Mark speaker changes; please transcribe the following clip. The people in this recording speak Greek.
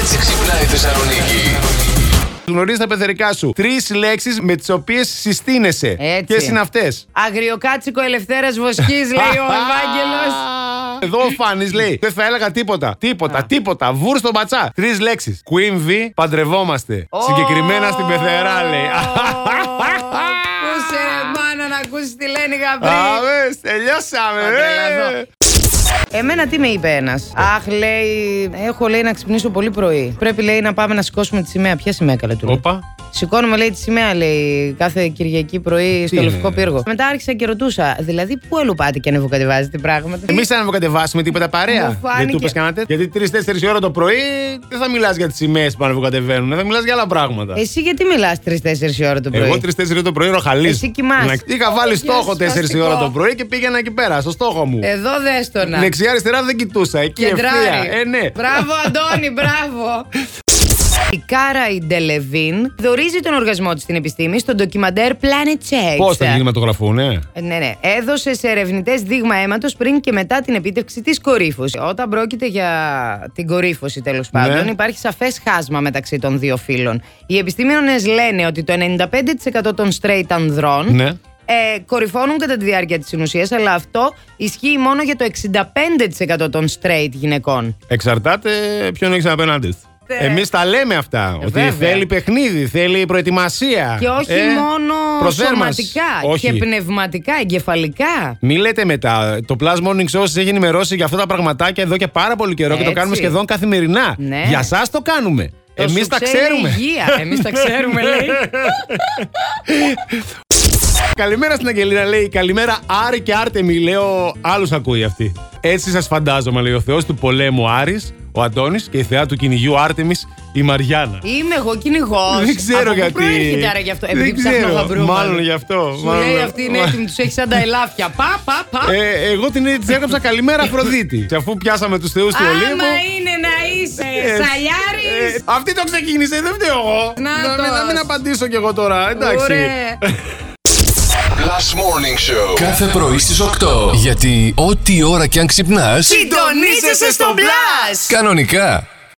Speaker 1: έτσι ξυπνάει η Θεσσαλονίκη.
Speaker 2: Γνωρίζει τα πεθερικά σου. Τρεις λέξεις με τις οποίες συστήνεσαι.
Speaker 3: Έτσι.
Speaker 2: Ποιες είναι αυτές.
Speaker 3: Αγριοκάτσικο ελευθέρας βοσκής, λέει ο Ευάγγελος.
Speaker 2: Εδώ ο Φάνη λέει: Δεν θα έλεγα τίποτα. Τίποτα,
Speaker 3: Α.
Speaker 2: τίποτα. Βουρ στο μπατσά. Τρεις λέξεις. Queen V, παντρευόμαστε. Συγκεκριμένα στην πεθερά λέει.
Speaker 3: Πούσε ρε μάνα να ακούσεις τι λένε οι γαμπροί.
Speaker 2: Αβε, τελειώσαμε, ε.
Speaker 3: Θα
Speaker 2: ρε.
Speaker 3: τρελαθώ. Εμένα τι με είπε ένας. Αχ, λέει, έχω λέει να ξυπνήσω πολύ πρωί. Πρέπει λέει να πάμε να σηκώσουμε τη σημαία. Ποια σημαία καλά του λέω.
Speaker 2: Όπα.
Speaker 3: Σηκώνουμε, λέει, τη σημαία, λέει, κάθε Κυριακή πρωί στο
Speaker 2: είναι, ναι.
Speaker 3: Λευκό
Speaker 2: ρε.
Speaker 3: Πύργο. Μετά άρχισα και ρωτούσα, δηλαδή, πού αλλού πάτε και ανεβοκατεβάζετε πράγματα.
Speaker 2: Εμείς θα ανεβοκατεβάσουμε τίποτα παρέα.
Speaker 3: Μου
Speaker 2: Δεν του
Speaker 3: φάνηκε.
Speaker 2: πες κανένα τέτοιο. Γιατί 3-4 ώρα το πρωί δεν θα μιλάς για τις σημαίες που ανεβοκατεβαίνουν, θα μιλάς για άλλα πράγματα.
Speaker 3: Εσύ γιατί μιλάς 3-4 ώρα το πρωί.
Speaker 2: Εγώ 3-4 ώρα το πρωί ροχαλίζω.
Speaker 3: Εσύ κοιμάσαι.
Speaker 2: Να- Είχα βάλει
Speaker 3: Ω,
Speaker 2: στόχο 4
Speaker 3: σπαστικό.
Speaker 2: ώρα το πρωί και πήγαινα εκεί πέρα, στο στόχο μου.
Speaker 3: Εδώ δες το Ε,
Speaker 2: Ναι,
Speaker 3: να.
Speaker 2: Δεξιά-αριστερά δεν κοιτούσα. Εκεί ευθεία.
Speaker 3: Κεντράρι.
Speaker 2: Ε, ναι.
Speaker 3: Μπράβο, Αντώνη, μπράβο. Η Κάρα Ιντελεβίν δορίζει τον οργασμό της στην επιστήμη στο ντοκιμαντέρ Planet X.
Speaker 2: Πώς τα κινηματογραφούνε.
Speaker 3: Ε, Ναι, ναι. Έδωσε σε ερευνητές δείγμα αίματος πριν και μετά την επίτευξη της κορύφωσης. Όταν πρόκειται για την κορύφωση, τέλος πάντων,
Speaker 2: Ναι.
Speaker 3: υπάρχει σαφές χάσμα μεταξύ των δύο φύλων. Οι επιστήμονες λένε ότι το 95% των straight ανδρών
Speaker 2: Ναι.
Speaker 3: ε, κορυφώνουν κατά τη διάρκεια της συνουσίας, αλλά αυτό ισχύει μόνο για το 65% των straight γυναικών.
Speaker 2: Εξαρτάται ποιον έχεις απέναντί σου.
Speaker 3: Ε,
Speaker 2: Εμείς τα λέμε αυτά. ότι
Speaker 3: βέβαια.
Speaker 2: θέλει παιχνίδι, θέλει προετοιμασία.
Speaker 3: Και όχι
Speaker 2: Ε,
Speaker 3: μόνο
Speaker 2: προσφέρ μας.
Speaker 3: σωματικά
Speaker 2: Όχι.
Speaker 3: και πνευματικά, εγκεφαλικά.
Speaker 2: Μην λέτε μετά. Το Plus Morning Show σας έχει ενημερώσει για αυτά τα πραγματάκια εδώ και πάρα πολύ καιρό και το
Speaker 3: Έτσι.
Speaker 2: κάνουμε σχεδόν καθημερινά.
Speaker 3: Ναι.
Speaker 2: Για εσά το κάνουμε.
Speaker 3: Το
Speaker 2: Εμεί
Speaker 3: σου
Speaker 2: Ε, τα
Speaker 3: ξέρει η
Speaker 2: ξέρουμε.
Speaker 3: Υγεία. Εμείς τα ξέρουμε, λέει.
Speaker 2: Καλημέρα στην Αγγελίνα, λέει. Καλημέρα, Άρη και Άρτεμι. Λέω, άλλους ακούει αυτή. Έτσι σας φαντάζομαι, λέει ο Θεός του πολέμου Άρης, ο Αντώνης και η θεά του κυνηγιού Άρτεμις, η Μαριάννα.
Speaker 3: Είμαι εγώ κυνηγός.
Speaker 2: Δεν ξέρω
Speaker 3: Από
Speaker 2: γιατί.
Speaker 3: Πού προέρχεται άρα γι' αυτό. Ε,
Speaker 2: Δεν
Speaker 3: Επειδή ψάχνω
Speaker 2: ξέρω.
Speaker 3: να βρω.
Speaker 2: Μάλλον γι' αυτό.
Speaker 3: Σου
Speaker 2: Μάλλον.
Speaker 3: λέει αυτή είναι έτοιμη, τους έχει σαν τα ελάφια. Πα, πα, πα.
Speaker 2: Ε, εγώ την της έγραψα Καλημέρα Αφροδίτη. Και αφού πιάσαμε τους θεούς του Ολύμπου.
Speaker 3: Άμα είναι να είσαι
Speaker 2: ε,
Speaker 3: σαλιάρη.
Speaker 2: ε, αυτή το ξεκίνησε, δεν φταίω εγώ.
Speaker 3: Να
Speaker 2: μην,
Speaker 3: τος.
Speaker 2: να μην απαντήσω κι εγώ τώρα, εντάξει.
Speaker 1: Last Morning Show.
Speaker 4: Κάθε πρωί στις 8. Γιατί ό,τι ώρα κι αν ξυπνάς,
Speaker 3: Συντονίζεσαι στο μπλα!
Speaker 4: κανονικά.